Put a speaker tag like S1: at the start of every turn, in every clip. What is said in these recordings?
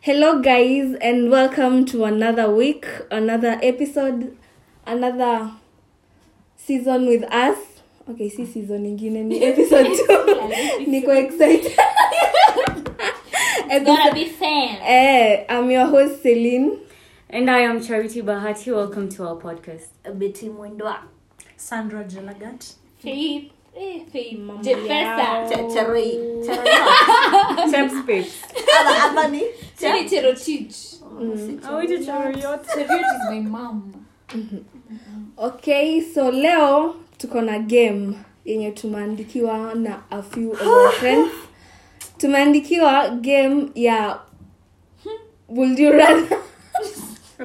S1: Hello, guys, and welcome to another week, another episode, another season with us. Okay, si season ingine ni episode 2. Niko excited.
S2: Gotta
S1: Episode-
S2: be fan.
S1: eh, I'm your host Celine.
S3: And I am Charity Bahati. Welcome to our podcast.
S2: Betty Mwendwa.
S4: Sandra Jelagat.
S2: Faith. Eh, Faith.
S1: Mambo
S2: Jefesa.
S1: yao.
S4: Cherei. Cherei.
S3: Temp space.
S4: Abani.
S2: Chile Cherotich.
S1: Mm-hmm.
S3: Oh, did you
S2: Cherotich is my mom.
S1: Okay, so leo tuko na game yenye tumeandikiwa na a few of our friends. Tumeandikiwa game ya would you rather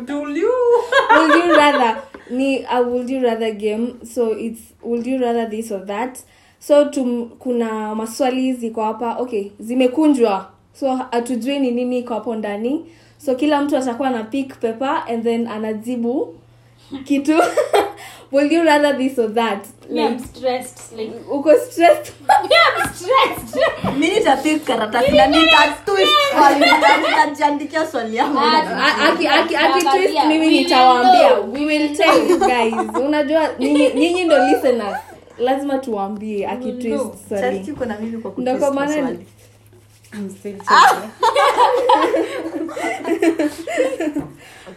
S4: Do you?
S1: would you rather ni a would you rather game so it's would you rather this or that so tum, kuna maswali ziko hapa okay zimekunjwa so hatujui ni nini iko hapo ndani so kila mtu atakuwa na pick paper and then anajibu kitu would you rather this or that
S2: Me, I'm stressed. Like,
S1: uko stressed
S2: me, I'm stressed.
S4: Mimi nitapik karatasi na nitatwist swali. Nitajiandikia swali yangu.
S1: Ah. A- aki- aki- aki twist
S2: Tunawaambia.
S1: mimi
S2: We will
S1: nitawaambia
S2: know.
S1: we will tell you guys unajua nyinyi nyinyi ndo listeners lazima tuwaambie
S2: know.
S1: akitwist sorry
S4: Charity uko na mimi kwa
S1: Ndio kwa maana
S4: kutwist swali.
S3: I'm still
S1: Ah.
S3: checking.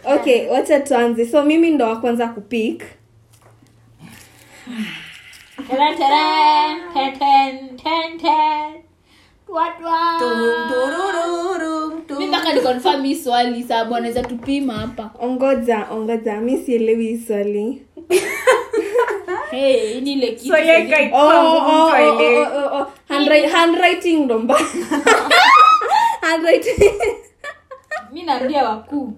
S1: okay wacha tuanze so mimi ndo wa kwanza kupik
S2: Taran, taran. Tan, tan, tan, tan. Wat, wat.
S4: Turum, turururum, tum.
S2: Mi mpaka ni confirm hii swali sababu anaweza tupima hapa
S1: ongoja ongoja mi sielewi hii swali
S2: Hey, ni ile kitu
S3: So yeah,
S2: yenye-
S3: guys,
S1: Oh, oh, oh, oh,
S3: oh,
S1: oh, oh, oh. Handwri- handwriting ndo mbaya Handwriting.
S2: mi naambia wakuu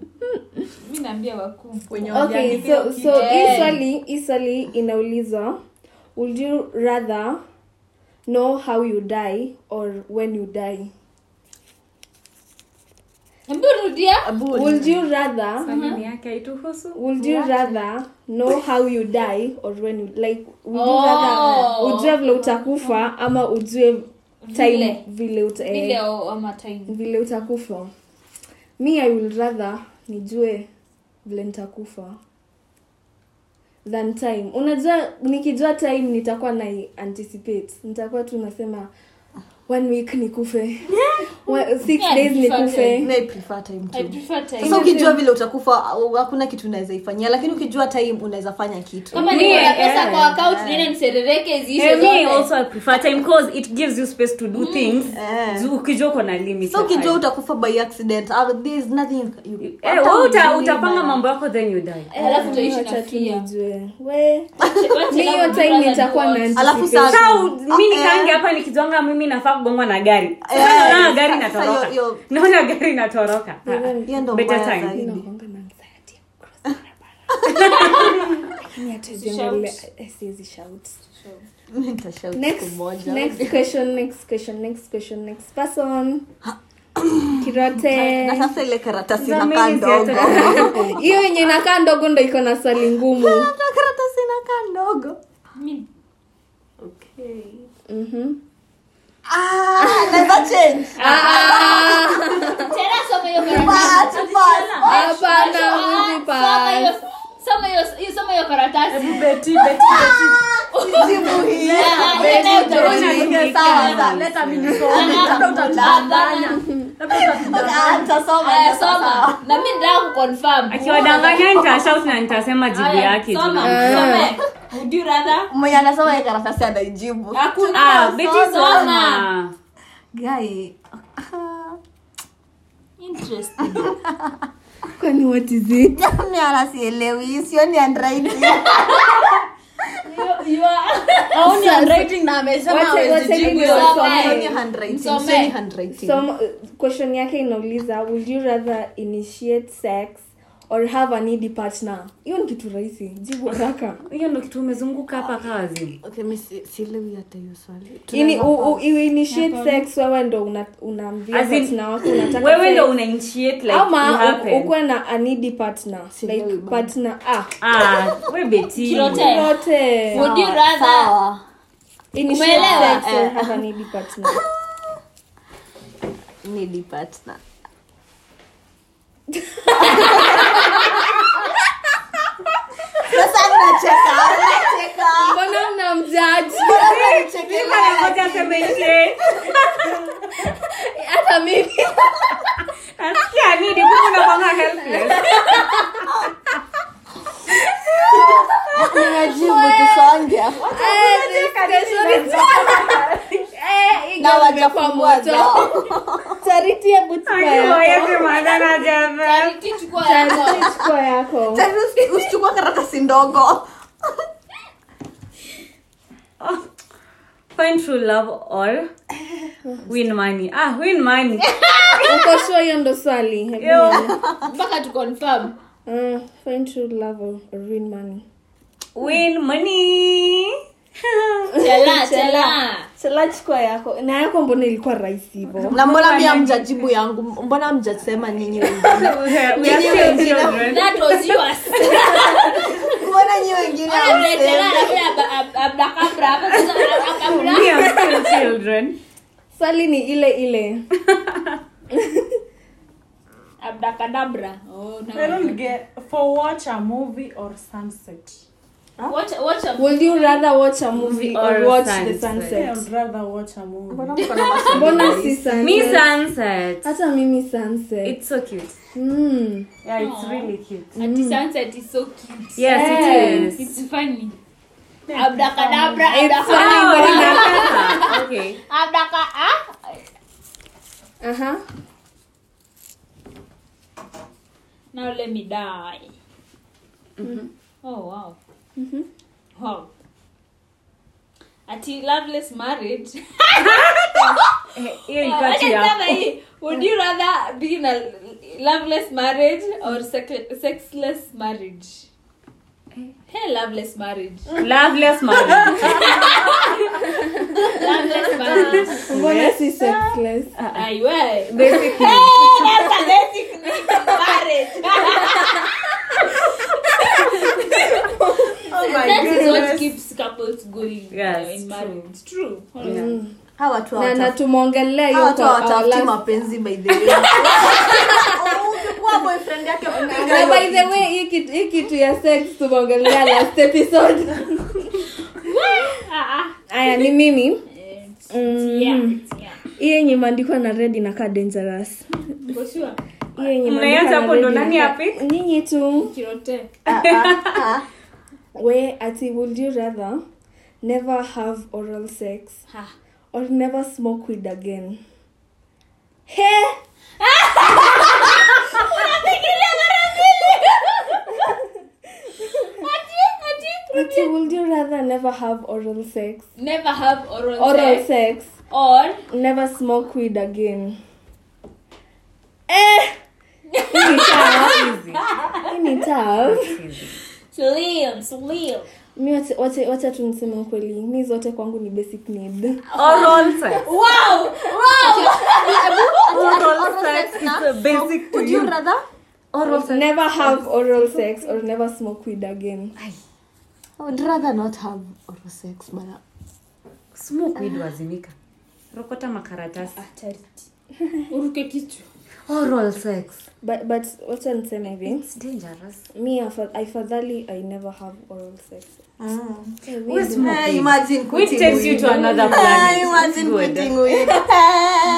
S2: mi naambia wakuu
S4: Wenye
S1: okay
S4: waliandika
S1: so
S4: hiyo
S1: so
S2: kitu.
S1: hii
S2: Yeah.
S1: swali hii swali inaulizwa would you rather know how you die or when you die
S2: Hebu rudia
S4: kitu.
S1: would you rather uh-huh,
S3: Swali ni yake haituhusu.
S1: would you rather know how you die or when you like would you
S2: Oh.
S1: rather ujue vile utakufa ama ujue time
S2: Vile.
S1: vile uta, eh,
S2: vile au- ama time
S1: vile utakufa mi i will rather nijue vile nitakufa than time unajua nikijua time nitakuwa na anticipate nitakuwa tu nasema one week nikufe Wa- six
S2: Yeah,
S1: days
S2: nifate.
S1: nikufe
S4: Mimi I prefer time
S2: I
S4: too.
S2: prefer time.
S4: Sasa ukijua vile utakufa au hakuna kitu unaweza ifanyia lakini ukijua time unaweza fanya kitu.
S2: kama niko na
S3: Yeah,
S2: pesa
S3: yeah.
S2: kwa account niende niserereke
S3: Eh,
S2: ziishe
S3: me
S2: zote.
S3: also I prefer time because it gives you space to do things.
S4: Eh.
S3: Zu- Ukijua uko na limit.
S4: So
S3: ya
S4: ukijua
S3: time.
S4: utakufa by accident, ah, there's nothing you.
S3: Eh,
S4: hata
S3: wewe uta-
S4: ujiue
S3: utapanga
S4: bana.
S3: mambo yako then you die.
S2: Eh, alafu
S1: Ah,
S2: utaishi na
S1: wacha tu
S2: fear.
S1: nijue. We,
S2: Wacha- wacha
S1: mi hiyo
S2: love
S1: time
S2: rather
S1: nitakuwa
S2: do
S1: na
S2: what.
S4: Alafu
S1: anticipate.
S4: sasa-
S3: Sasa u-
S4: Ah,
S3: mi nikange
S4: eh.
S3: hapa nikijwanga mimi nafaa kugongwa na gari
S4: Eh,
S3: Sasa naona gari
S4: sasa
S3: natoroka
S4: hiyo- hiyo-
S3: naona gari natoroka Ah, ah.
S4: Hiyo ndio
S3: Better
S4: mbaya
S3: time.
S1: Mi
S4: zaidi.
S1: nakuanga na anxiety ya kucross barabara. Lakini hata jiongelea- eh, siwezi shout.
S4: Nitashout
S1: Next,
S4: siku moja.
S1: next question, next question, next question, next person.
S4: na
S1: Kirote.
S4: sasa ile karatasi
S3: Za
S4: inakaa
S3: mimi
S4: ndogo
S3: siata-
S1: hiyo yenye inakaa ndogo ndo iko na swali ngumu
S4: Hata karatasi inakaa ndogo
S2: Mi-
S1: Mhm.
S4: Ah, naweza change.
S2: Tena soma hiyo karatasi.
S4: Pass, pass.
S1: hapana
S2: Ah,
S1: mimi
S2: soma
S1: pass.
S2: hiyo- soma hiyo- hiyo- soma hiyo karatasi.
S3: Eh,
S4: Jibu hii.
S2: Yeah,
S4: Very
S2: yeah,
S4: good.
S2: yeah,
S3: yeah.
S4: Ah, Sawa, sawa, leta mimi nisome. Labda utachanganya. Okay, ah, nitasoma,
S3: Eh,
S2: Aya,
S4: nitasoma.
S2: soma. na mi nitaka kuconfirm.
S3: akiwadanganya nitashout na nitasema jibu
S2: Aya,
S3: yake
S2: soma,
S1: Ah.
S2: soma. Would you rather?
S4: Mwenye anasoma ile karatasi anaijibu.
S2: Hakuna.
S3: Ah, Betty
S2: Soma.
S3: soma.
S4: Guy. Ah,
S2: Interesting.
S1: kwani what is it
S4: mimi wala sielewi, sioni handwriting.
S2: You- you are-
S1: Sasa- wacha-
S4: hawezi
S1: wacha
S4: jibu
S1: mimi
S4: hiyo
S2: nisome.
S1: nisome.
S4: Sioni handwriting,
S2: Nisome.
S4: sioni handwriting.
S1: So, uh, question yake inauliza would you rather initiate sex or have a needy partner hiyo ni kitu rahisi jibu haraka
S3: hiyo ndo kitu umezunguka hapa kazi
S4: Okay, mimi si- sielewi hata hiyo swali.
S1: Ini- u- u- u- initiate sex wewe ndo una- unaambia
S3: As in,
S1: partner wako unataka
S3: wewe
S1: sex.
S3: ndo una initiate like it
S1: ama
S3: happen.
S1: u- ukuwe na a needy partner
S4: Sielewi
S1: like
S4: bado.
S1: partner ah
S3: ah we Betty
S2: Kirote.
S1: yote
S2: Would you rather-
S4: Sawa.
S1: initiate
S2: Umeelewa?
S1: sex
S3: Eh.
S1: or have a needy partner
S4: Needy partner. sasa mnacheka mnacheka
S1: mbona mna mjaji
S4: Lazima nicheke naye.
S3: Ngoja aseme nje.
S1: hata mimi
S3: Asikia nini? Kumbe unakuanga helpless.
S4: Ninajibu tusonge.
S1: Eh, station is- Eh, hii
S4: Na
S1: girl imekuwa
S4: wajafungua
S1: moto.
S4: jao.
S1: Charity, hebu chukua
S3: Ayubu,
S1: yako.
S3: yesu madhara jamaa.
S2: Charity, chukua yako.
S1: Charity, chukua yako
S4: Tena usi- usichukue karatasi ndogo
S3: Oh. Find true love or win money. Ah, win money.
S1: uko sure hiyo ndo swali Hebu
S3: Yo.
S1: nione.
S2: mpaka tu confirm
S1: Ah, find true love or ruin money
S3: Win money.
S2: chela chela
S1: Sala chukua yako na yako mbona ilikuwa rahisi hivo
S4: na mbona mia mjajibu yangu mbona mjasema nyinyi wengine?
S3: We are still children.
S2: that was yours
S4: mbona nyi wengine hamsemi?
S3: We are still children.
S1: swali ni ile ile
S2: abdakadabra oh,
S5: I
S2: no.
S5: don't get for watch a movie or sunset.
S2: watch, watch a
S1: would you rather watch a movie or
S3: Or
S1: watch the
S3: sunset.
S5: I
S1: sunset
S5: would rather watch a movie.
S4: Mbona mko na maswali?
S1: mbona si sunset?
S3: Me sunset.
S1: hata mimi sunset
S3: It's so cute.
S1: mm.
S3: Yeah, it's really cute.
S2: Ati sunset is so cute.
S3: Yes, it is.
S2: It's funny. Abdakadabra, abdaka-
S3: Funny, but inapenda. Okay.
S2: abdaka, ah?
S1: Aha.
S2: Now let me die.
S3: Mm-hmm.
S2: Oh wow. Wow. Ati loveless marriage.
S3: Hiyo ilikuwa tu
S2: Wacha
S3: ya
S2: sema hii, Would you rather be in a loveless marriage or sec- sexless marriage?
S3: Eh.
S2: Hey, loveless marriage.
S3: loveless marriage.
S2: Loveless marriage.
S1: mbona si sexless
S2: Aiwe.
S3: Uh-uh. Basically.
S2: That's a basic need of marriage.
S4: Oh my
S2: That is what
S4: goodness.
S2: keeps couples going uh,
S3: Yes,
S2: in
S3: true.
S2: marriage. True.
S3: Yeah.
S4: Hawa watu
S1: na na
S4: hawatafuti-
S1: tumeongelea
S4: hawa
S1: hiyo
S4: watu
S1: kwa our
S4: hawatafuti
S1: last
S4: mapenzi by the way. Ukikuwa boyfriend yake unaenda
S1: na by
S4: hiyo.
S1: the way hii kitu- hii kitu ya sex tumeongelea last episode
S2: Ah, ah.
S1: haya ni mimi
S2: It's-
S1: Mm.
S2: Yeah, it's- yeah.
S1: hii yenye imeandikwa na red inakaa dangerous
S2: For sure.
S1: Hii yenye
S3: Mmeanza
S1: imeandikwa na
S3: hapo
S1: red
S3: ndo nani
S1: inakaa-
S3: hapi?
S1: nyinyi tu
S2: Kirote.
S4: Ah, ah, ah.
S1: we ati would you rather never have oral sex
S2: Ha.
S1: or never smoke weed again he ati would you rather never have oral sex
S2: Never have oral,
S1: oral
S2: sex,
S1: sex
S2: or
S1: never smoke weed again eh Hii ni tough. Hii ni tough.
S2: slim, slim.
S1: mi wacha- wacha- wacha tu niseme ukweli mi zote kwangu ni basic need
S3: Oral sex.
S2: Wow, wow.
S3: Oral sex is a basic to
S4: Would you
S3: you.
S4: rather?
S3: Oral sex.
S1: never have oral sex or never smoke weed again
S4: I would rather not have oral sex, bana.
S3: Smoke weed wazimika. Rokota makaratasi.
S2: Uruke kichwa.
S3: Oral sex.
S1: but, but wacha niseme hivi
S3: It's dangerous.
S1: mi afa- afadhali i never have oral sex Eh, mi-
S3: We
S4: Eh,
S3: smoke weed.
S4: imagine
S3: Weed
S4: quitting
S3: takes you
S4: weed.
S3: to another
S4: Ah,
S3: planet.
S4: imagine
S3: It's good.
S4: quitting weed.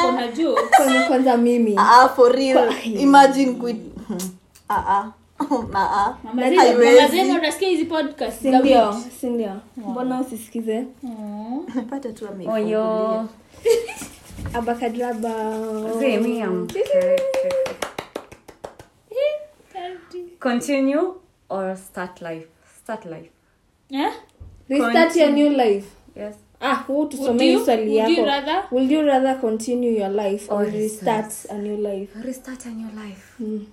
S2: Kuna juu.
S1: kwanza- kwanza mimi
S4: Ah, for real. Imagine quit- Ah, ah. Ah, ah.
S2: Mama Zena,
S4: Haiwezi.
S2: Mama Zena unasikia hizi podcast za
S1: sindio
S2: weed.
S1: sindio mbona usisikize
S2: Oh.
S4: Pata tu ameifungulia.
S3: Oyo.
S1: abakadraba
S3: Zee, me, I'm- Continue or start life. Start life.
S2: Eh?
S1: restart your new life
S3: Yes.
S1: ah huu
S2: Would
S1: tusomee
S2: you,
S1: hii swali
S2: would you
S1: yako
S2: rather?
S1: would you rather Oh, continue your life or
S3: Or
S1: restart a new life
S3: Restart a new life. Mm.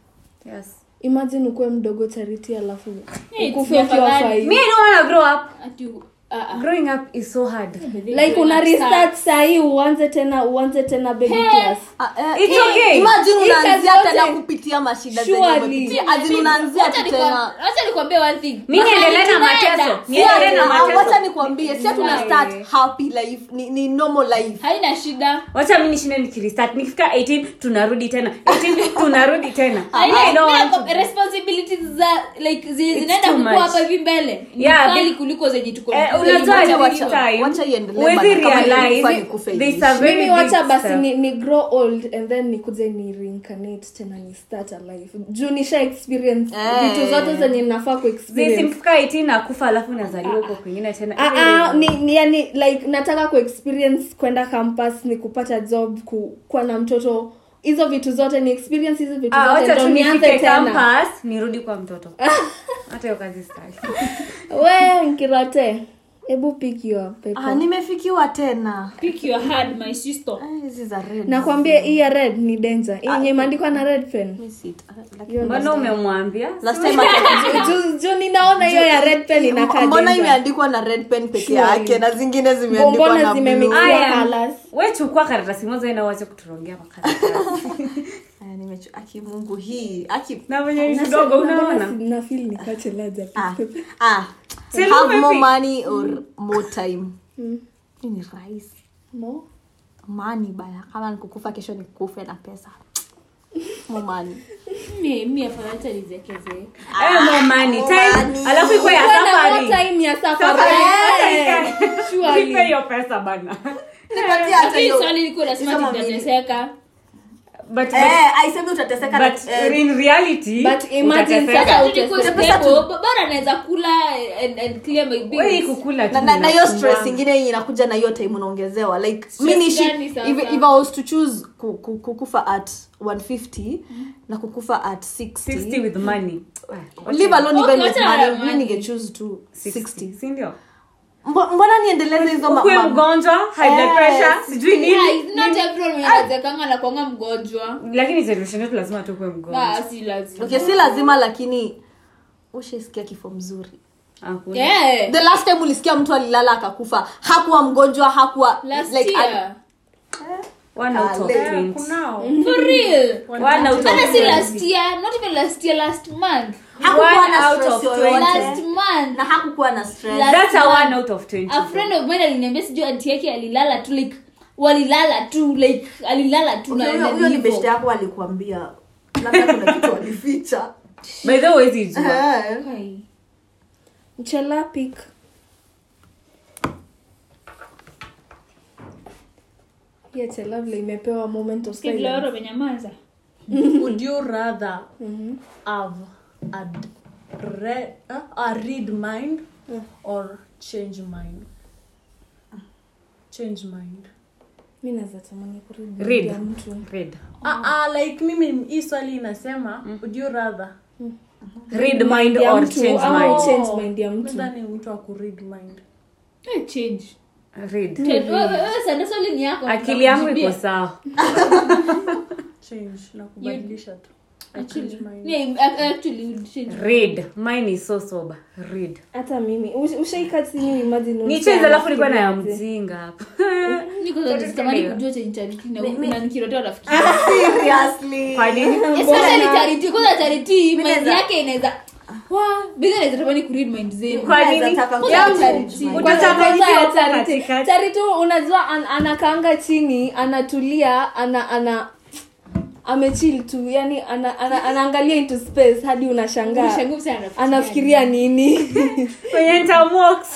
S3: Yes.
S1: imagine ukuwe mdogo chariti alafu
S2: Hey,
S1: ukufe ukiwa
S2: tafadhali.
S3: Me,
S1: fai
S3: I don't want to grow up.
S2: Ati u- ah, ah.
S3: Growing up is so hard.
S1: like una restart sahii uanze tena uanze tena baby class
S4: Ah, eh,
S3: It's okay.
S4: imagine
S1: Ika
S4: unaanzia
S1: zote.
S4: tena kupitia kupitia mashida zenye
S1: Surely.
S4: umepitia. As in unaanzia tu tena
S2: wacha nikwambie one thing
S3: Mi niendelee
S2: Mahali
S3: na mateso.
S2: tunaenda,
S3: Ni- niendelee na
S4: Ah,
S3: mateso.
S4: wacha nikwambie sio tuna start happy life ni, ni normal life
S2: haina shida
S3: wacha mi nishinde nikiristart nikifika 18 tunarudi tena 18 tunarudi tena
S2: Haina-
S3: Ah, I don't
S2: pia
S3: want
S2: kwa-
S3: to-
S2: responsibilities za like zi-
S3: It's
S2: zinaenda
S3: too
S2: kukua
S3: much.
S2: hapa hivi mbele Ni
S3: Yeah,
S2: kali
S3: be-
S2: kuliko zenye tuko
S3: Eh,
S2: zenye
S3: unajua
S2: tuko
S3: at
S2: nazo.
S3: what
S4: Wacha
S3: time
S4: iendelee
S3: huwezi
S4: bana, kama ilikuwa
S3: realize
S4: nikufailishe.
S3: there's a very
S1: mimi wacha
S3: big
S1: basi
S3: step.
S1: ni, ni grow old and then nikuje ni reincarnate tena ni start alive juu nisha experience
S4: Eh.
S1: vitu zote zenye nafaa
S3: Zi-
S1: kuexperience
S3: mfika 18 nakufa alafu nazaliwa huko kwingine tena
S1: Ah, ah, ni, ni, yani like nataka kuexperience kwenda campus ni kupata job ku, kuwa na mtoto hizo vitu zote ni experience hizo vitu
S3: Ah,
S1: zote
S3: wacha
S1: ndo
S3: tu
S1: nianze
S3: nifike
S1: tena
S3: campus nirudi kwa mtoto hata hiyo kazi staki
S1: we mkirote hebu pick your paper.
S4: ah, nimefikiwa tena
S2: Pick your heart, my sister.
S4: Ah, hizi za red.
S1: nakwambia hii ya red ni danger
S3: Ah,
S1: Hii yenye imeandikwa na red pen
S4: Let me sit. Ah, like-
S1: You
S3: mbona umemwambia
S4: last time I-
S1: Juu- juu- juu ninaona hiyo ya red pen inakaa
S4: mbona
S1: danger.
S4: imeandikwa na red pen peke yake na zingine zimeandikwa
S1: Mbona
S4: na blue?
S1: zimemikiwa
S3: Aya.
S1: colors?
S3: we chukua karatasi moja na uache kuturongea makaratasi
S4: Aya, Eh, nimechu- aki mungu hii aki
S3: na venye ni
S1: Nasi-
S3: kidogo
S1: na mbona
S3: unaona
S1: si- na feel nikachelaja pia.
S4: ah, ah,
S3: Sema
S4: have more
S3: vipi?
S4: money or more time
S1: Mm.
S4: hii ni rahisi
S1: No?
S4: mani baya kama nikukufa kesho nikufe na pesa momani
S2: Mi- mi afadhali hata nizekezee.
S4: Ah,
S3: Eh, more
S4: money.
S3: money. Time, alafu ikuwe ya
S1: Bwana, more
S3: safari
S1: time ya safari. Eh, surely.
S3: Usipe hiyo pesa bana
S4: nipatie
S2: Lakini Eh, swali liko nasema
S4: hizo
S2: ati
S4: mambili.
S2: nitateseka.
S3: but
S4: eh aisemi utateseka na-
S3: but
S4: eh,
S3: in reality
S1: But imagine
S3: utateseka.
S1: sasa
S2: Ati nikuwe
S1: utasema-
S4: Utapesa
S2: stable, bora naweza kula and- and clear my bills.
S3: Wewe kukula tu
S4: na- na na hiyo stress
S3: unakumbana.
S4: ingine yenye inakuja na hiyo time unaongezewa like
S2: Stress
S4: mi nishi
S2: gani sasa?
S4: if, if i was to choose ku, ku, kukufa at 150
S2: Mm-hmm.
S4: na kukufa at
S3: 60
S4: 60
S3: with money
S4: live alone
S2: Okay,
S4: even with
S2: wacha
S4: money
S2: money.
S4: mi ningechoose tu 60
S3: si ndio
S4: Mbo- mbona niendeleze hizo ma-
S3: ukuwe
S4: ma-
S3: mgonjwa high blood
S4: Eh,
S3: pressure sijui
S2: Yeah,
S3: nini Ah!
S2: it's not everyone mwenye anazekanga na kuanga mgonjwa
S3: lakini generation yetu lazima tukuwe mgonjwa
S2: Ah, si lazima.
S4: okay si lazima lakini ushaisikia kifo mzuri
S3: Hakuna.
S2: Yeah.
S4: the last time ulisikia mtu alilala akakufa hakuwa mgonjwa hakuwa
S2: Last
S4: like,
S2: year.
S3: One out of
S4: Ale.
S3: 20.
S5: kunao
S2: For real.
S3: One out of
S2: Hata si
S3: 20.
S2: last year, not even last year, last month.
S4: hakukuwa
S3: One
S4: na
S3: out
S4: stress
S3: of
S4: yoyote.
S2: Last month.
S4: na hakukuwa na stress
S2: La-
S3: That's a one out of 20.
S2: a friend of mine aliniambia sijui anti yake alilala tu like walilala tu like alilala tu na-
S4: Huyo-
S2: na
S4: huyo ni
S2: hivyo.
S4: beshte yako alikuambia labda kuna kitu walificha
S3: By the way, huwezi jua.
S4: Eh.
S2: Kai.
S1: Mchela pick. Hiyo chela vile imepewa moment of
S2: Sikia vile
S1: silence.
S2: watu wamenyamaza.
S6: would you rather
S1: Mhm.
S6: have a d- read uh, a read mind or change mind change mind
S1: mi naweza tamani kurudi
S3: Read.
S1: ya mtu
S3: Read.
S4: Oh.
S6: Ah, ah, like mimi hii swali inasema
S4: Mm.
S6: would you rather
S3: Read mind
S1: ya
S3: or
S1: mtu
S3: change
S4: Oh.
S1: ama
S3: mind. Oh.
S1: change mind ya mtu
S6: nadhani mtu akuread mind
S2: Eh, change.
S3: Read.
S2: Change. Wewe- wewe sana swali ni yako.
S3: Hmm. akili yangu iko
S2: Nitakujibia.
S3: sawa
S6: change na kubadilisha tu I change mind
S2: Yeah, I- I actually would change.
S3: read mine is so sober read
S1: hata mimi Ush- ushaika chini imagine
S3: nicheze alafu nilikuwa na ya mjinga hapa
S2: Niko za natamani kujua change charity na- na nikirotea rafiki.
S3: Ah,
S4: Seriously.
S3: kwa nini
S2: Especially charity. Kwanza charity, mind
S4: naweza-
S2: yake inaweza- Wah, bidhaa inaweza tamani kuread mind zenu.
S3: Kwa nini?
S4: Nataka
S2: Kwanza
S4: ku-
S2: charity.
S3: Utachanganyika
S1: Kwanza ya
S3: huko
S1: Charity.
S3: katikati.
S1: Charity unajua an, anakaanga chini anatulia ana ana amechill tu yani ana, ana, anaangalia into space hadi unashangaa
S2: Shangavu sana rafiki.
S1: anafikiria nini
S3: kwenye nitamox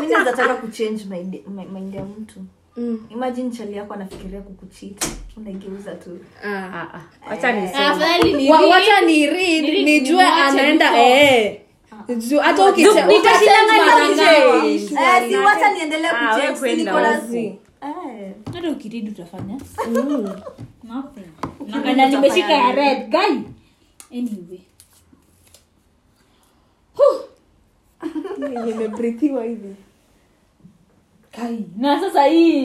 S4: mi naweza taka kuchange mind mi- mind ya mtu
S1: Mm.
S4: imagine chali yako anafikiria kukuchiti unaigeuza tu
S3: Ah, ah. wacha
S4: Eh.
S2: Ah,
S3: nisome
S2: afadhali ni
S1: Wa-
S2: read.
S1: wacha ni read
S2: Ni read,
S1: nijue
S2: ni mwache
S1: anaenda
S2: before.
S1: eh juu hata ukicha-
S3: Duk-
S1: ukashindana
S3: nikashindana
S1: na
S3: nje.
S1: nje.
S4: Eh, si wacha niendelea
S3: Ah,
S4: kuchange,
S3: wewe
S4: si
S3: kwenda
S4: niko na-
S1: wazi.
S4: Eh.
S2: hata ukiridi utafanya
S1: Mm.
S2: Nothing. Na- na nimeshika ya red guy anyway Huh.
S1: nimebrithiwa hivi
S2: Kai. na sasa hii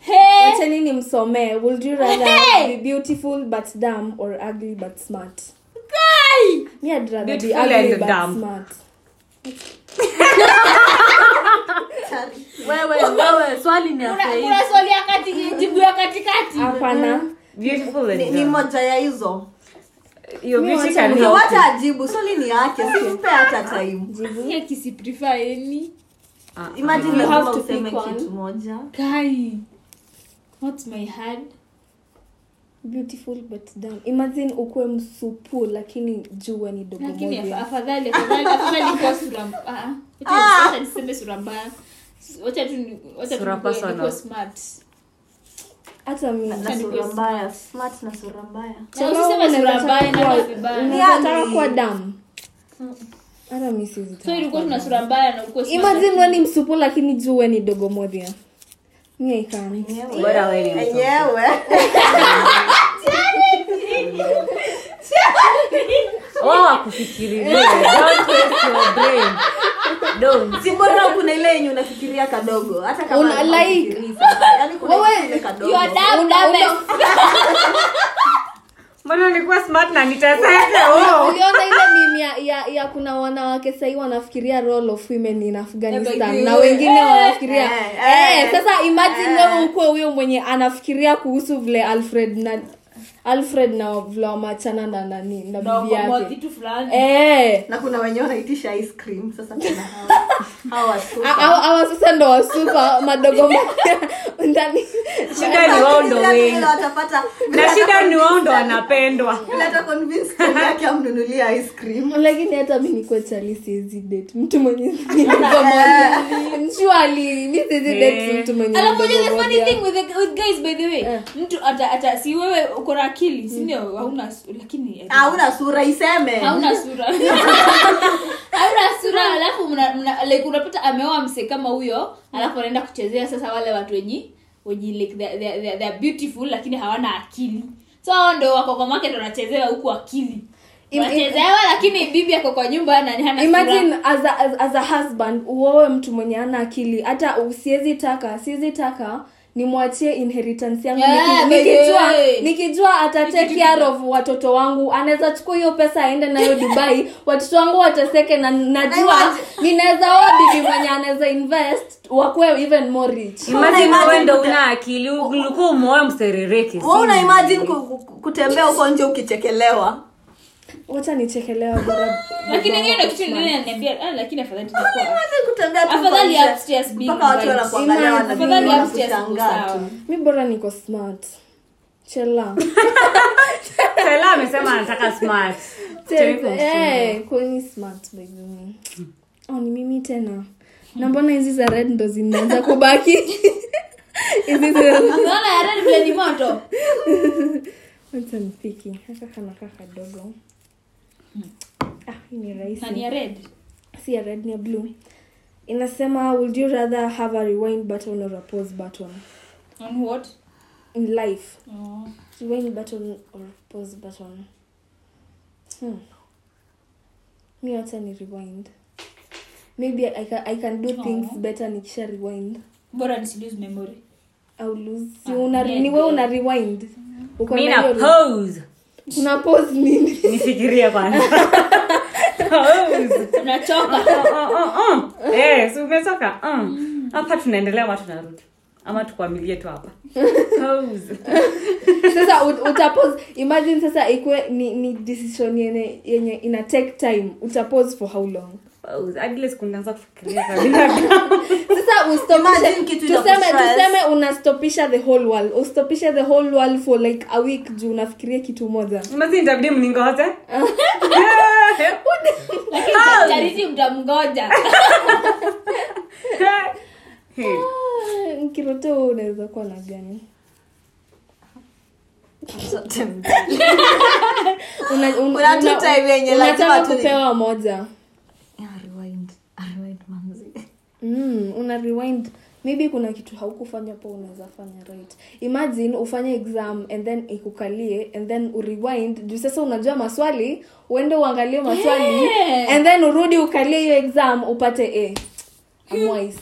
S2: Hey.
S1: wacheni ni msomee would you rather
S2: Hey!
S1: be beautiful but dumb or ugly but smart
S2: Kai.
S1: me i'd rather
S3: Beautiful
S1: be ugly
S3: and
S1: but
S3: dumb.
S1: smart
S6: wewe wewe swali ni
S2: Kuna- kuna swali
S3: Mm-hmm.
S2: ya kati- jibu ya katikati
S1: hapana
S3: beautiful and
S4: Ni- ni
S3: dumb.
S4: moja ya hizo
S3: your
S1: Me
S3: beauty
S1: want
S3: can
S1: to-
S3: help you.
S4: wacha ajibu swali ni yake simpe hata time
S2: si akisiprifa eni
S3: Ah,
S4: imagine
S2: You have
S4: lazima
S2: to
S4: useme
S2: pick one.
S4: kitu moja
S2: kai not my hand
S1: beautiful but dumb. imagine ukuwe msupu lakini jua ni dogo
S2: lakini
S1: moja.
S2: afa- afadhali afadhali afadhali kwa sura mb- ah, ah. Wacha- wacha niseme sura mbaya S- wacha tu ni- wacha tu
S3: Sura
S2: nikuwe-
S3: personal.
S2: nikuwe smart
S1: hata
S4: Na-
S1: mimi
S4: na sura mbaya smart na sura mbaya
S2: Na usiseme sura mbaya na vibaya
S1: nataka kuwa damu hata mi siwezi
S2: so
S1: taka.
S2: ilikuwa tuna sura mbaya na ukuwe smart.
S1: imagine wewe ni msupu lakini juu wewe ni dogo moja mi I can't.
S3: Bora wewe ni mtu.
S4: enyewe
S3: Wao wakufikirie. Oh, Don't waste your brain. Don't.
S4: si bora kuna ile yenye unafikiria kadogo hata kama
S1: Una- like-
S4: haufikirii sana. Yaani kuna
S1: Wewe,
S4: ile kadogo
S2: You are dumb, dumbass.
S3: Mbona nilikuwa smart na Oh. nitasema wao.
S1: uliona ile meme ya, ya, ya kuna wanawake sahii wanafikiria role of women in afghanistan na wengine wanafikiria
S4: eh,
S1: eh,
S4: eh,
S1: sasa imagine
S2: Eh.
S1: wewe ukuwe huyo mwenye anafikiria kuhusu vile alfred na alfred na vile wamachana na nani na bibi yake
S6: kitu fulani
S1: eh
S4: na kuna wenye wanaitisha ice cream sasa kuna hawa hawa wasuka.
S1: a- a- awa sasa ndo wasupa madogo ma- ndani
S3: Shida ni wao ndo
S4: Yaani vile
S3: wengi.
S4: watapata
S3: Na shida ni wao ndo wanapendwa.
S4: vile ata convince mtu yake amnunulie ice cream
S1: lakini hata mi nikuwa chali siwezi date mtu mwenye ni dogo moja. Surely, mi siwezi date mtu mwenye ni
S2: Eh. alafu
S1: dogo
S2: unajua the funny
S1: moja.
S2: thing with, the, with guys by the way mtu ata, ata si wewe uko na akili si ndio hauna su- lakini eh,
S4: hauna sura iseme
S2: hauna sura hauna sura alafu mna, mna, like unapata ameoa mse kama huyo alafu anaenda kuchezea sasa wale watu wenye wenye like they, they, they, they are beautiful lakini hawana akili so hao ndo wako kwa market wanachezewa huku akili
S1: Im- im-
S2: wanachezewa lakini bibi ako kwa nyumba na hana sura.
S1: imagine as a, as, as a husband uowe mtu mwenye ana akili hata siwezi taka siwezi taka nimwachie inheritance yangu
S2: Yeah,
S1: Niki- nikijua
S2: baby.
S1: nikijua ata take care of watoto wangu anaweza chukua hiyo pesa aende nayo dubai watoto wangu wateseke na najua ninaweza oa bibi mwenye anaweza invest wakuwe even more rich
S3: Imagine
S4: Una
S3: wewe
S4: imagine
S3: ndo
S4: kuta-
S3: una akili, ulikuwa umeoa mserereke.
S4: Wewe una imagine ku- ku- kutembea huko nje ukichekelewa
S1: wacha nichekelewa bora
S2: lakini hiyo ndo kitu ingine ananiambia ah, lakini afadhali tutakuwa
S4: Imagine kutembea tu huko
S2: Afadhali
S4: nje,
S2: upstairs being
S4: mpaka watu
S2: right.
S4: wanakuangalia
S1: Ima-
S4: wanakuona
S2: afadhali upstairs
S4: kushangaa
S2: kusawa.
S4: tu.
S1: mi bora niko smart chela
S3: Stella amesema anataka smart. Tell me from
S1: Eh, kweni smart by the way. Oh, ni mimi tena na mbona hizi za red ndo zinaanza kubaki hizi za-
S2: unaona ya red vile ni moto
S1: Wacha nipiki haka kanakaa kadogo ah, hii ni rahisi
S2: na ni ya red
S1: si ya red ni ya blue inasema would you rather have a rewind button or a pause button
S2: on what
S1: in life
S2: oh.
S1: rewind button or pause button hmm. mi wacha ni rewind maybe I can, I can do
S2: Oh.
S1: things better nikisha rewind
S2: bora nisilose memory
S1: au lose si
S2: Ah,
S1: una
S2: yeah,
S1: ni wewe
S2: yeah.
S1: una rewind uko
S3: Mimi
S1: na
S3: na
S1: hiyo
S3: pose.
S1: una pause nini
S3: Nifikirie kwanza. Pose.
S2: unachoka
S3: Oh, oh, oh, oh. Eh, si umetoka. Mm. Hapa tunaendelea watu tunarudi. Ama tukwamilie tu hapa. Pose.
S1: sasa ut- utapause imagine sasa ikuwe ni, ni decision yenye yenye ina take time utapause for how long
S3: Pose. Hadi ile siku nitaanza kufikiria kabisa.
S1: sasa ustopishe
S4: Imagine kitu
S1: tuseme
S4: inakustress.
S1: tuseme unastopisha the whole world ustopishe the whole world for like a week juu unafikiria kitu moja
S3: Mimi nitabidi mningoze.
S2: lakini chariti mtamngoja
S3: Hey.
S1: Ah, mkiroto wewe unaweza kuwa na gani Una- un-
S4: Kuna tu
S1: una-
S4: time yenye lazima
S1: unataka
S4: tu ni-
S1: kupewa moja
S4: Yeah, rewind. Rewind, manzi.
S1: mm, una rewind maybe kuna kitu haukufanya po unaweza fanya right imagine ufanye exam and then ikukalie and then urewind juu sasa unajua maswali uende uangalie maswali
S2: Yeah.
S1: and then urudi ukalie hiyo exam upate a I'm wise.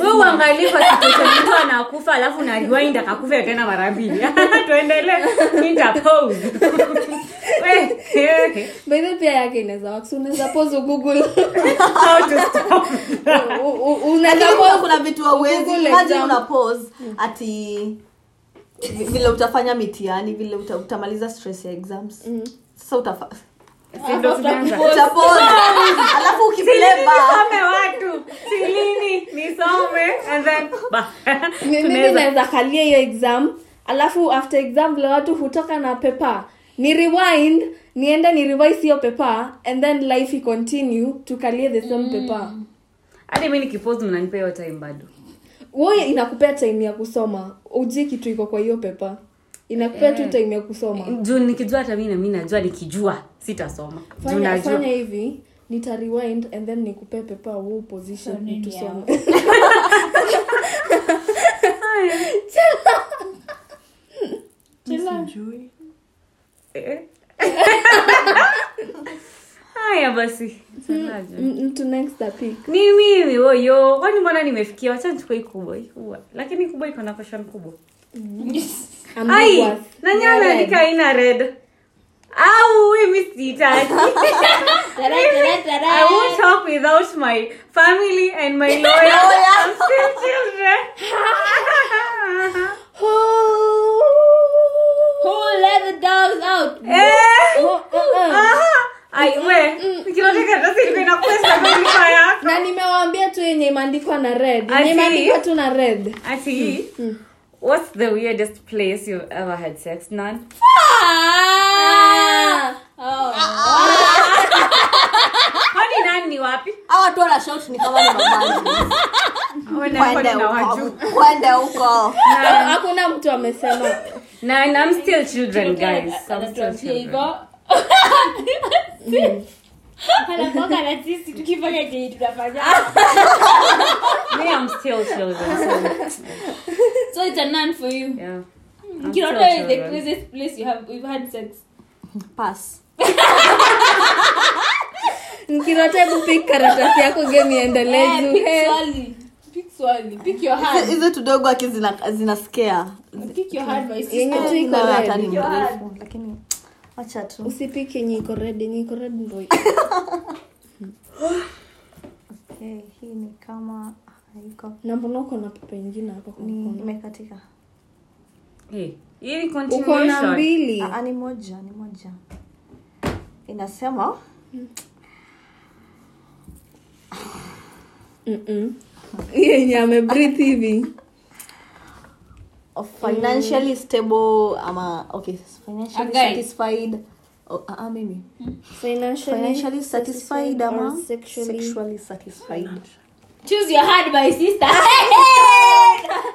S3: Wewe uangalie kwa kitu cha mtu anakufa alafu na rewind akakufa tena mara mbili. Tuendelee. Mimi nitapose. Eh.
S1: by the way, pia yake inaweza work. So unaweza pause google
S3: How to stop.
S1: unaweza
S4: Lakini kuna-
S1: pause
S4: kuna vitu hauwezi
S1: Google
S4: imagine
S1: exam.
S4: una pause ati vi- vile utafanya mitihani vile uta, utamaliza stress ya exams
S1: Mm.
S4: sasa utafa utapona. alafu ukifleva
S3: nisome watu silini nisome and then Bah.
S1: Mi- mimi
S3: Tunaweza-
S1: naweza kalia hiyo exam alafu after exam vile watu hutoka na pepa ni rewind niende ni revise hiyo pepa and then life i continue tukalie the same
S4: Mm.
S1: pepa
S3: hadi mi nikipost mnanipea hiyo time bado
S1: woye inakupea time ya kusoma uji kitu iko kwa hiyo pepa inakupea
S4: Eh.
S1: tu time ya kusoma
S3: juu nikijua hata mi nami najua nikijua sitasoma juu
S1: fanya,
S3: najua
S1: fanya hivi nita rewind and then nikupee pepa huu position
S2: nini
S1: itusome
S3: Eh. haya basi
S1: Mm.
S3: Sanaje.
S1: M- mtu next apik
S3: ni mimi oyo kwani mbona nimefikia wacha nichukue hii kubwa hii kubwa lakini hii kubwa iko na fashion kubwa ai nani ameandika aina red au mimi sihitaji
S2: Tada, tada, tada.
S3: i won't talk without my family and my lawyer i'm still children
S2: Who let the dogs out?
S3: Eh.
S1: Oh, oh, oh.
S3: Aha. Ai, we, nikiona karatasi ilikuwa inakuwa sababu ya-
S1: na nimewaambia tu yenye imeandikwa na red
S3: I
S1: yenye
S3: see.
S1: imeandikwa tu na red
S3: Ati, what's the weirdest place you've ever had sex? None?
S2: Ah!
S3: Hadi nani ni wapi?
S4: hawa tu wanashout ni kama ni mabani.
S3: Oh,
S4: Kwenda
S3: Na-
S4: huko. Kwenda huko
S1: hakuna mtu amesema
S3: na- and I'm still children, guys.
S2: uh,
S3: I'm still
S2: Anatuambia
S3: children.
S2: hivyo. Mm. Anakuwanga na sisi tukifanya kenye tunafanya
S3: Me, I'm still children, so,
S2: so it's a nun for you
S3: yeah. I'm still
S2: Kiroto is the
S3: children.
S2: craziest place you have you've had sex
S4: pass
S1: nkirote hebu pick karatasi yako game iendelee
S2: Eh,
S1: juu.
S2: pick
S1: Hey.
S2: swali. Pick swali. Pick your hand.
S4: hizo tudogo aki zina, zina scare.
S2: Pick your hand, my sister.
S1: Eh, yenye tu iko
S4: Nawe hata
S1: red
S4: ni mrefu lakini wacha tu
S1: usipik yenye iko red yenye iko red ndo
S4: okay, Eh, hii ni kama ah, haiko
S1: na mbona uko na pepa ingine hapa kwa
S4: Mm.
S1: mkono?
S4: imekatika
S3: Hey, hii ni
S1: uko na
S3: continuation.
S1: mbili
S4: Ah, ni moja ni moja inasema
S1: Mm-mm. yenye amebreathe hivi
S4: financially stable ama okay
S2: A
S4: financially
S2: guy.
S4: satisfied oh, ah, ah, mimi
S1: Financially
S4: financially satisfied ama
S1: or sexually.
S4: sexually satisfied
S2: Choose your hand, my sister.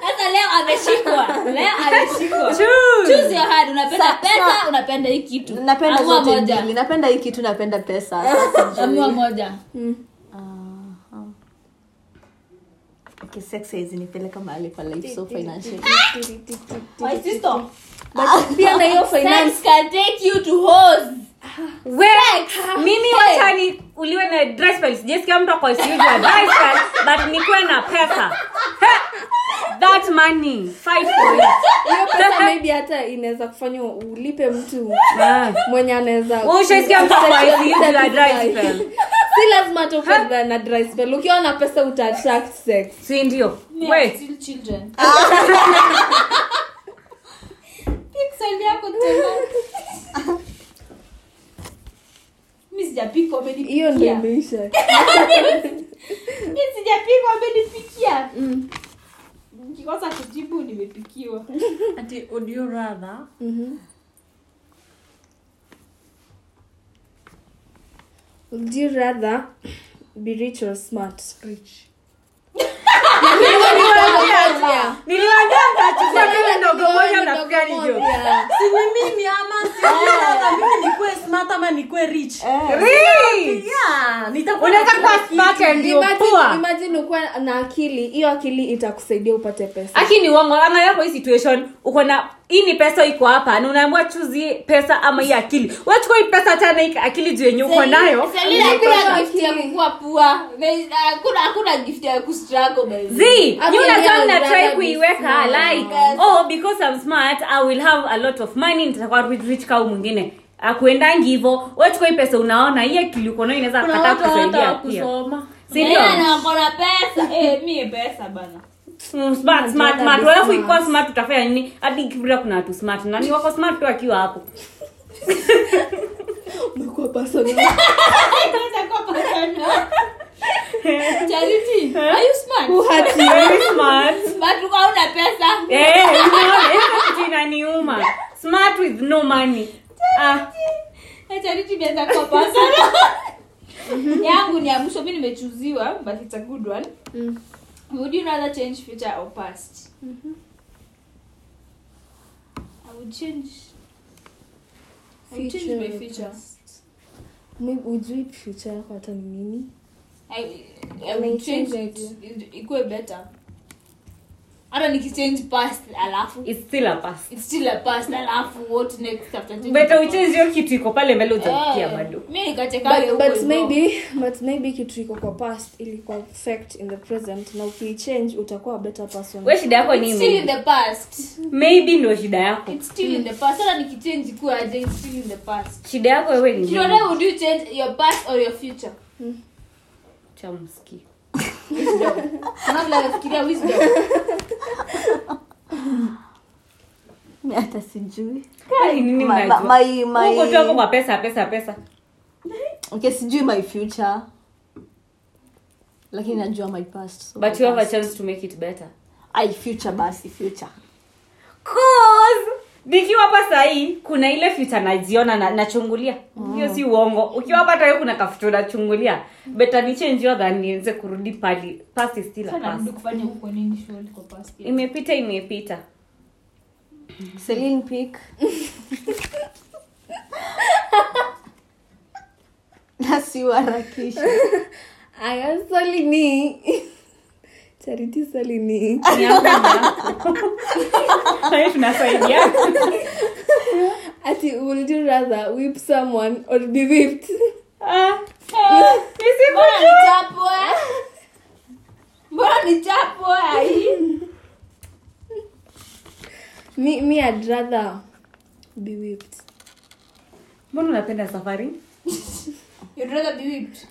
S2: Sasa leo ameshikwa. Leo ameshikwa. Choose your hand. Unapenda
S4: Sa-
S2: pesa, unapenda hii kitu.
S4: napenda
S2: Amua
S4: zote
S2: moja.
S4: mbili napenda hii kitu napenda pesa Sasa sijui.
S2: Amua moja.
S4: Ah, ah. okay sex size nipeleka mahali pa life so financially
S2: My sister.
S1: But pia na hiyo finance
S2: Sex can take you to hoes.
S3: We, mimi wacha ni uliwe na dry spell sijasikia mtu ako ICU juu ya dry spell but nikuwe na pesa He, that money fight for it
S1: hiyo pesa maybe hata inaweza kufanya ulipe mtu
S3: Ah.
S1: mwenye anaweza
S3: Wewe ushaisikia mtu kwa hizi hizi la dry spell?
S1: si lazima tofedha na dry spell ukiwa na pesa uta attract sex
S3: si ndio
S2: Me, I'm
S3: we
S2: still children. Pick swali yako tena. Mimi sijapick wamenipikia.
S1: hiyo ndio imeisha
S2: Mimi sijapikwa amenipikia nikikosa kujibu nimepikiwa
S6: Ati, would you rather
S3: Mm-hmm.
S1: would you rather be rich or smart Yaani,
S6: rich?
S3: niliwambia mtachukua kile ndogo moja na kupiga ni joke.
S1: Yeah.
S6: Si ni mimi ama si would you rather mimi nikuwe smart ama nikuwe
S4: Eh,
S6: rich?
S3: Really?
S6: Yeah, nitakuwa na
S3: unaweza kuwa
S6: kila kitu.
S3: smart and you're
S1: Imagine-
S3: poor
S1: imagine ukuwa na akili hiyo akili itakusaidia upate pesa
S3: aki ni uongo angalia kwa hii situation uko na hii ni pesa iko hapa na unaambiwa chuzi pesa ama hii akili wachukua hii pesa tena hii akili juu yenye uko nayo
S2: Selina, hakuna gift ya kukua pua Me- hakuna hakuna gift ya kustruggle by the way.
S3: Zee,
S1: Hapo
S3: you
S1: yenyewe
S3: unajua mna try
S1: unataka
S3: kuiweka
S1: kuisimama.
S3: like oh because I'm smart I will have a lot of money nitakuwa rich rich kau mwingine akuendangi hivyo wachukua hii pesa unaona hii akili uko nayo inaweza
S6: Kuna
S3: kataa
S6: watu hata
S3: kusaidia pia
S6: hawakusoma.
S3: si ndio
S2: Selina, na wako na pesa Eh, mie pesa bana
S3: mm, smart smart smart alafu ikiwa smart utafanya nini hadi kibra kuna watu smart nani wako smart tu akiwa hapo
S1: umekuwa personal.
S2: charity are you smart
S1: Uhati.
S3: very smart
S2: smart uko hauna pesa
S3: Eh, unaona, hiyo kitu inaniuma smart with no money ah
S2: Eh, charity imeweza kuwa personal. yangu ni ya mwisho mi nimechuziwa but it's a good one
S1: Mm.
S2: would you rather change future or past
S1: Mm-hmm.
S2: i would change I would change my
S1: Future or
S2: future.
S1: Mi- hujui future yako hata ni nini
S2: I, I will
S1: Make
S2: change
S1: change
S2: it. It- Ikue better. Hata nikichange past alafu
S3: it's still a pass
S2: it's still a past alafu what next after change
S3: beta
S2: it?
S3: uchezi hiyo kitu iko pale mbele utafikia
S2: Eh,
S3: bado
S2: mi nikachekage
S1: but,
S2: huko
S1: but
S2: hivyo.
S1: maybe but maybe kitu iko kwa past ilikuwa perfect in the present na ukiichange utakuwa a better person
S3: we shida yako ni
S2: It's still in
S3: maybe.
S2: the past.
S3: maybe ndo shida yako
S2: It's still in the past. Hata nikichange ikuwe aje, it's still in the past.
S3: shida yako wewe
S2: Mm.
S3: ni nini?
S2: Kidoda, would you change your past or your future?
S3: chamski
S2: Unaona vile anafikiria wisdom.
S4: Mi hata sijui
S3: Kwani Yaani nini
S4: Ma-
S3: mnajua?
S4: ma- my- my-
S3: Huko tu hapo kwa pesa pesa pesa
S4: okay sijui my future lakini najua my past so
S3: but you have a chance to make it better
S4: ai future basi future
S3: cause nikiwa hapa sahii kuna ile fita najiona na, nachungulia hiyo si uongo ukiwa hapa tawe kuna kafuta unachungulia beta nichenjiwa than nienze kurudi pali pasi stila
S2: Sasa
S3: pasi
S2: narudi kufanya huko nini shughuli kwa past.
S3: imepita imepita
S4: Celine pick nasiwarakisha
S1: aya swali ni charity swali ni
S3: Ni yangu na- Sahii tunasaidia
S1: ati would you rather whip someone or be whipped
S3: Ah,
S2: Eh,
S3: nisikujue.
S2: mbona nichapwe? Mbona nichapwe hii?
S1: mi, mi I'd rather be whipped
S3: mbona unapenda safari Mm.
S2: You'd rather be whipped.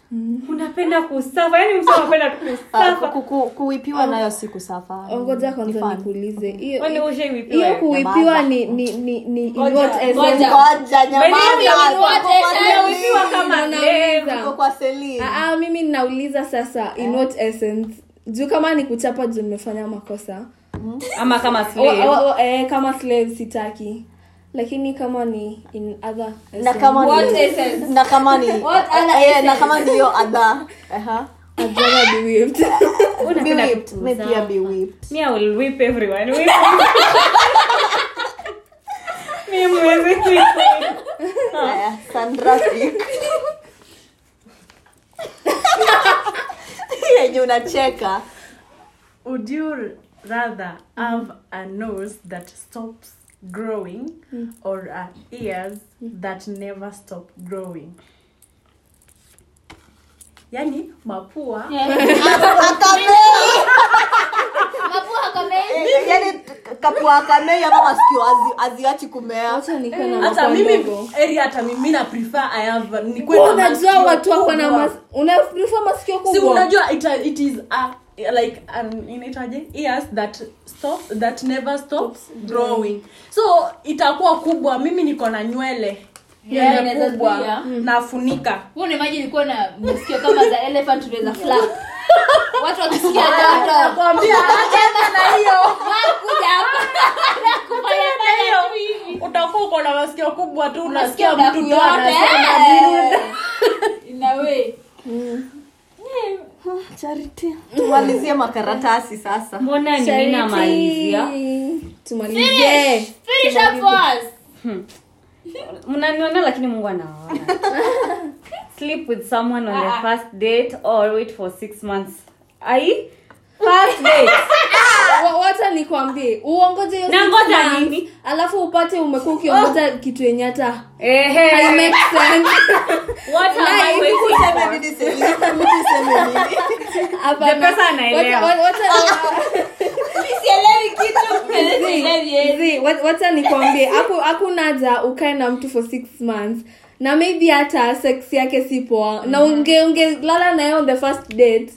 S3: unapenda kusafa yani msa unapenda tu
S1: Ah,
S4: Ah,
S3: kusafa
S4: kuwipiwa nayo siku safa
S1: ongoja
S4: Mm, Ni
S1: Oh, kwanza
S4: fun.
S1: nikuulize hiyo
S3: Kwani ushaiwipiwa
S1: hiyo
S3: ya?
S1: kuipiwa ni ni ni ni in
S2: Ngoja,
S1: what essence?
S2: ngoja.
S4: Ngoja, nyamaza.
S3: By the way,
S4: Tuko kwa
S2: ngoja,
S4: Celine.
S3: Ushaiwipiwa kama
S1: Unauliza.
S4: Tuko kwa Celine.
S1: Ah, ah, mimi nauliza sasa in
S6: Eh?
S1: what essence juu kama ni kuchapa juu nimefanya makosa
S3: ama kama
S6: Oh,
S1: Wa-
S3: slave
S1: wa- wa- eh, kama slave sitaki lakini kama ni in other
S4: na
S1: essence,
S4: kama
S2: What
S4: ni-
S2: essence?
S4: na kama ni
S2: What other
S4: Eh,
S2: essence?
S4: na kama ndiyo adha
S1: I'd rather be whipped.
S3: Unapenda kusafa. Me, I will whip everyone. Whip. Me, mwezi siku.
S4: Eh, yenye unacheka
S6: Would you rather have a nose that stops growing or a ears that never stop growing? Yani mapua
S2: Yeah.
S4: Akamei!
S2: Mapua hakamei.
S4: Eh, yani kapua akamei ama masikio hazi- haziachi kumea
S1: Wacha nikuwe na
S6: hata
S1: mapua
S6: Eh, mimi
S1: ndogo.
S6: eri hata mimi na prefer I have nikuwe
S1: Wewe
S6: na
S1: unajua
S6: masikio
S1: watu wako na
S6: kubwa.
S1: mas- una prefer masikio
S6: si
S1: kubwa
S6: unajua it, uh, it is a, like an inaitaje ears that stop that never stop growing so itakuwa kubwa mimi niko na nywele
S2: Yeah,
S6: nywele
S2: inaweza zuia.
S6: kubwa nafunika
S2: Mbona imagine ilikuwa na masikio kama za elephant unaweza flap. Watu "Ah, wakisikia dodo.
S6: nakwambia achana na hiyo
S2: Wakuja hapa. Nakufanya fanya tu hivi.
S6: utakuwa uko na masikio kubwa tu unasikia
S2: Unasikia Eh.
S6: mtu tu
S2: unakuyote.
S6: anasema
S2: In a way.
S4: charity tumalizie makaratasi sasa
S3: mbona
S1: Charity.
S3: niminamalizia
S1: tumalizie
S2: Finish up for us.
S3: mnaniona lakini mungu anawaona sleep with someone on your first date or wait for six months ai first date
S1: Wa- wacha nikwambie uongoje hiyo
S3: Ah! Na
S1: six
S3: ngoja
S1: months,
S3: nini? Oh.
S1: alafu upate umekuwa ukiongoja kitu yenye hata
S3: ehe
S1: haimake sense.
S3: what am I waiting
S4: Tuseme
S3: for?
S4: nini, Celine? Tuseme nini?
S1: Hapana.
S3: The person anaelewa. Oh.
S1: Wacha- wacha- wacha-
S2: Sielewi kitu. Sielewi.
S1: Zii, wa- wacha nikwambie haku- hakuna haja ukae na mtu for six months na maybe
S3: Mm-hmm.
S1: hata sex yake si poa na unge ungelala naye on the first date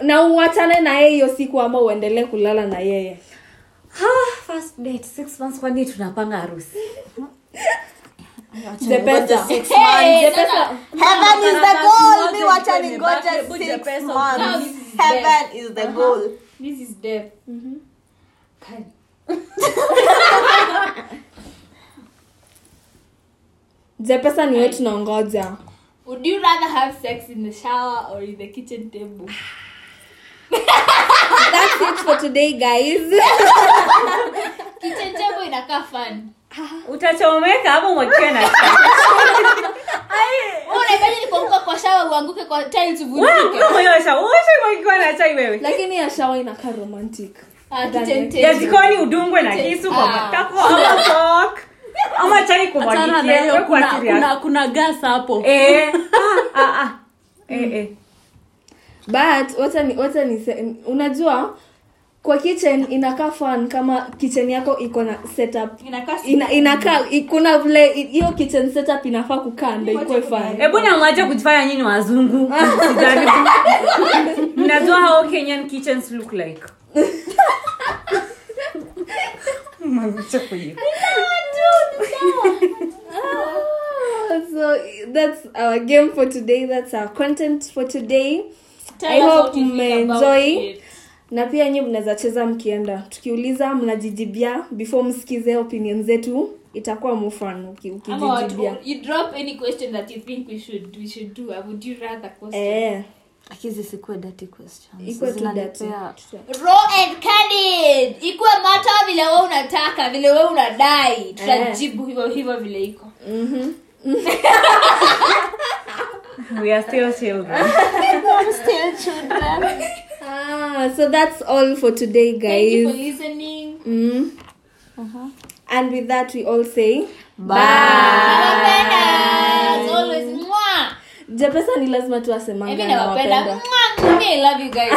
S1: na uachane na yeye hiyo siku ama uendelee kulala na yeye
S3: first date six months kwani tunapanga harusi
S1: Jepesa.
S2: Hey, sasa-
S4: Heaven is the goal. Mi wacha ningoje
S5: Hebu
S4: six
S5: Jepesa.
S2: Now
S4: months.
S2: this is
S4: Heaven is the goal.
S2: this is death Kali.
S1: jepesa ni we tunaongoja
S2: would you rather have sex in the shower or in the kitchen table
S1: That's it for today guys
S2: kitchen table inakaa fun
S3: utachomeka ama mwekee na
S2: Wewe unaifanya ni kuanguka kwa shawa uanguke kwa tiles uvunjike
S3: moyosha uoshe mwakiwa na chai wewe
S1: lakini ya shawa inakaa romantic
S2: Ah, kitchen
S3: ya
S2: table
S3: jikoni udungwe na kisu kwa
S2: Ah.
S3: matako ama sok ama chai
S4: Achana na
S3: kumwagikia
S4: hiyo,
S3: wewe kwa
S4: kuna-
S3: serious.
S4: kuna- kuna gas hapo
S3: Eh, ah, ah, ah. Eh, eh.
S1: but wacha ni, wacha ni unajua kwa kitchen inakaa fun kama kitchen yako iko na setup
S2: inakaa
S1: ina, inakaa i- kuna vile i- hiyo kitchen setup inafaa kukaa ndo ikuwe fun
S3: hebu namwache kujifanya nyini wazungu Msijaribu. mnajua how kenyan kitchens look like Mwache kwenye-
S1: Oh, so that's our game for today that's our content for today
S2: Tell
S1: I
S2: us
S1: hope
S2: what you think
S1: mmeenjoy.
S2: about it.
S1: na pia nyi mnaweza cheza mkienda tukiuliza mnajijibia before msikize opinion zetu itakuwa mufan
S2: Ama watu-
S1: ukijijibia
S2: you drop any question that you think we should we should do. I would you rather question.
S1: eh,
S4: akizi sikuwe dirty questions
S1: ikuwe tu dati
S4: Zinanipea-
S2: Raw and candid. Ikuwe mata vile wewe unataka, vile wewe
S1: Eh.
S2: unadai. Tutajibu hivyo hivyo vile iko.
S3: we are still children
S1: ah, so that's all for today
S2: Thank you for
S1: guys
S2: listening.
S1: mm. and with that we all say
S2: Nawapenda. As always, mwah.
S1: jepesa ni lazima
S2: Mimi
S1: tuasemanga
S2: nawapenda.
S1: nawapenda
S2: Mwah. Mimi I love you guys.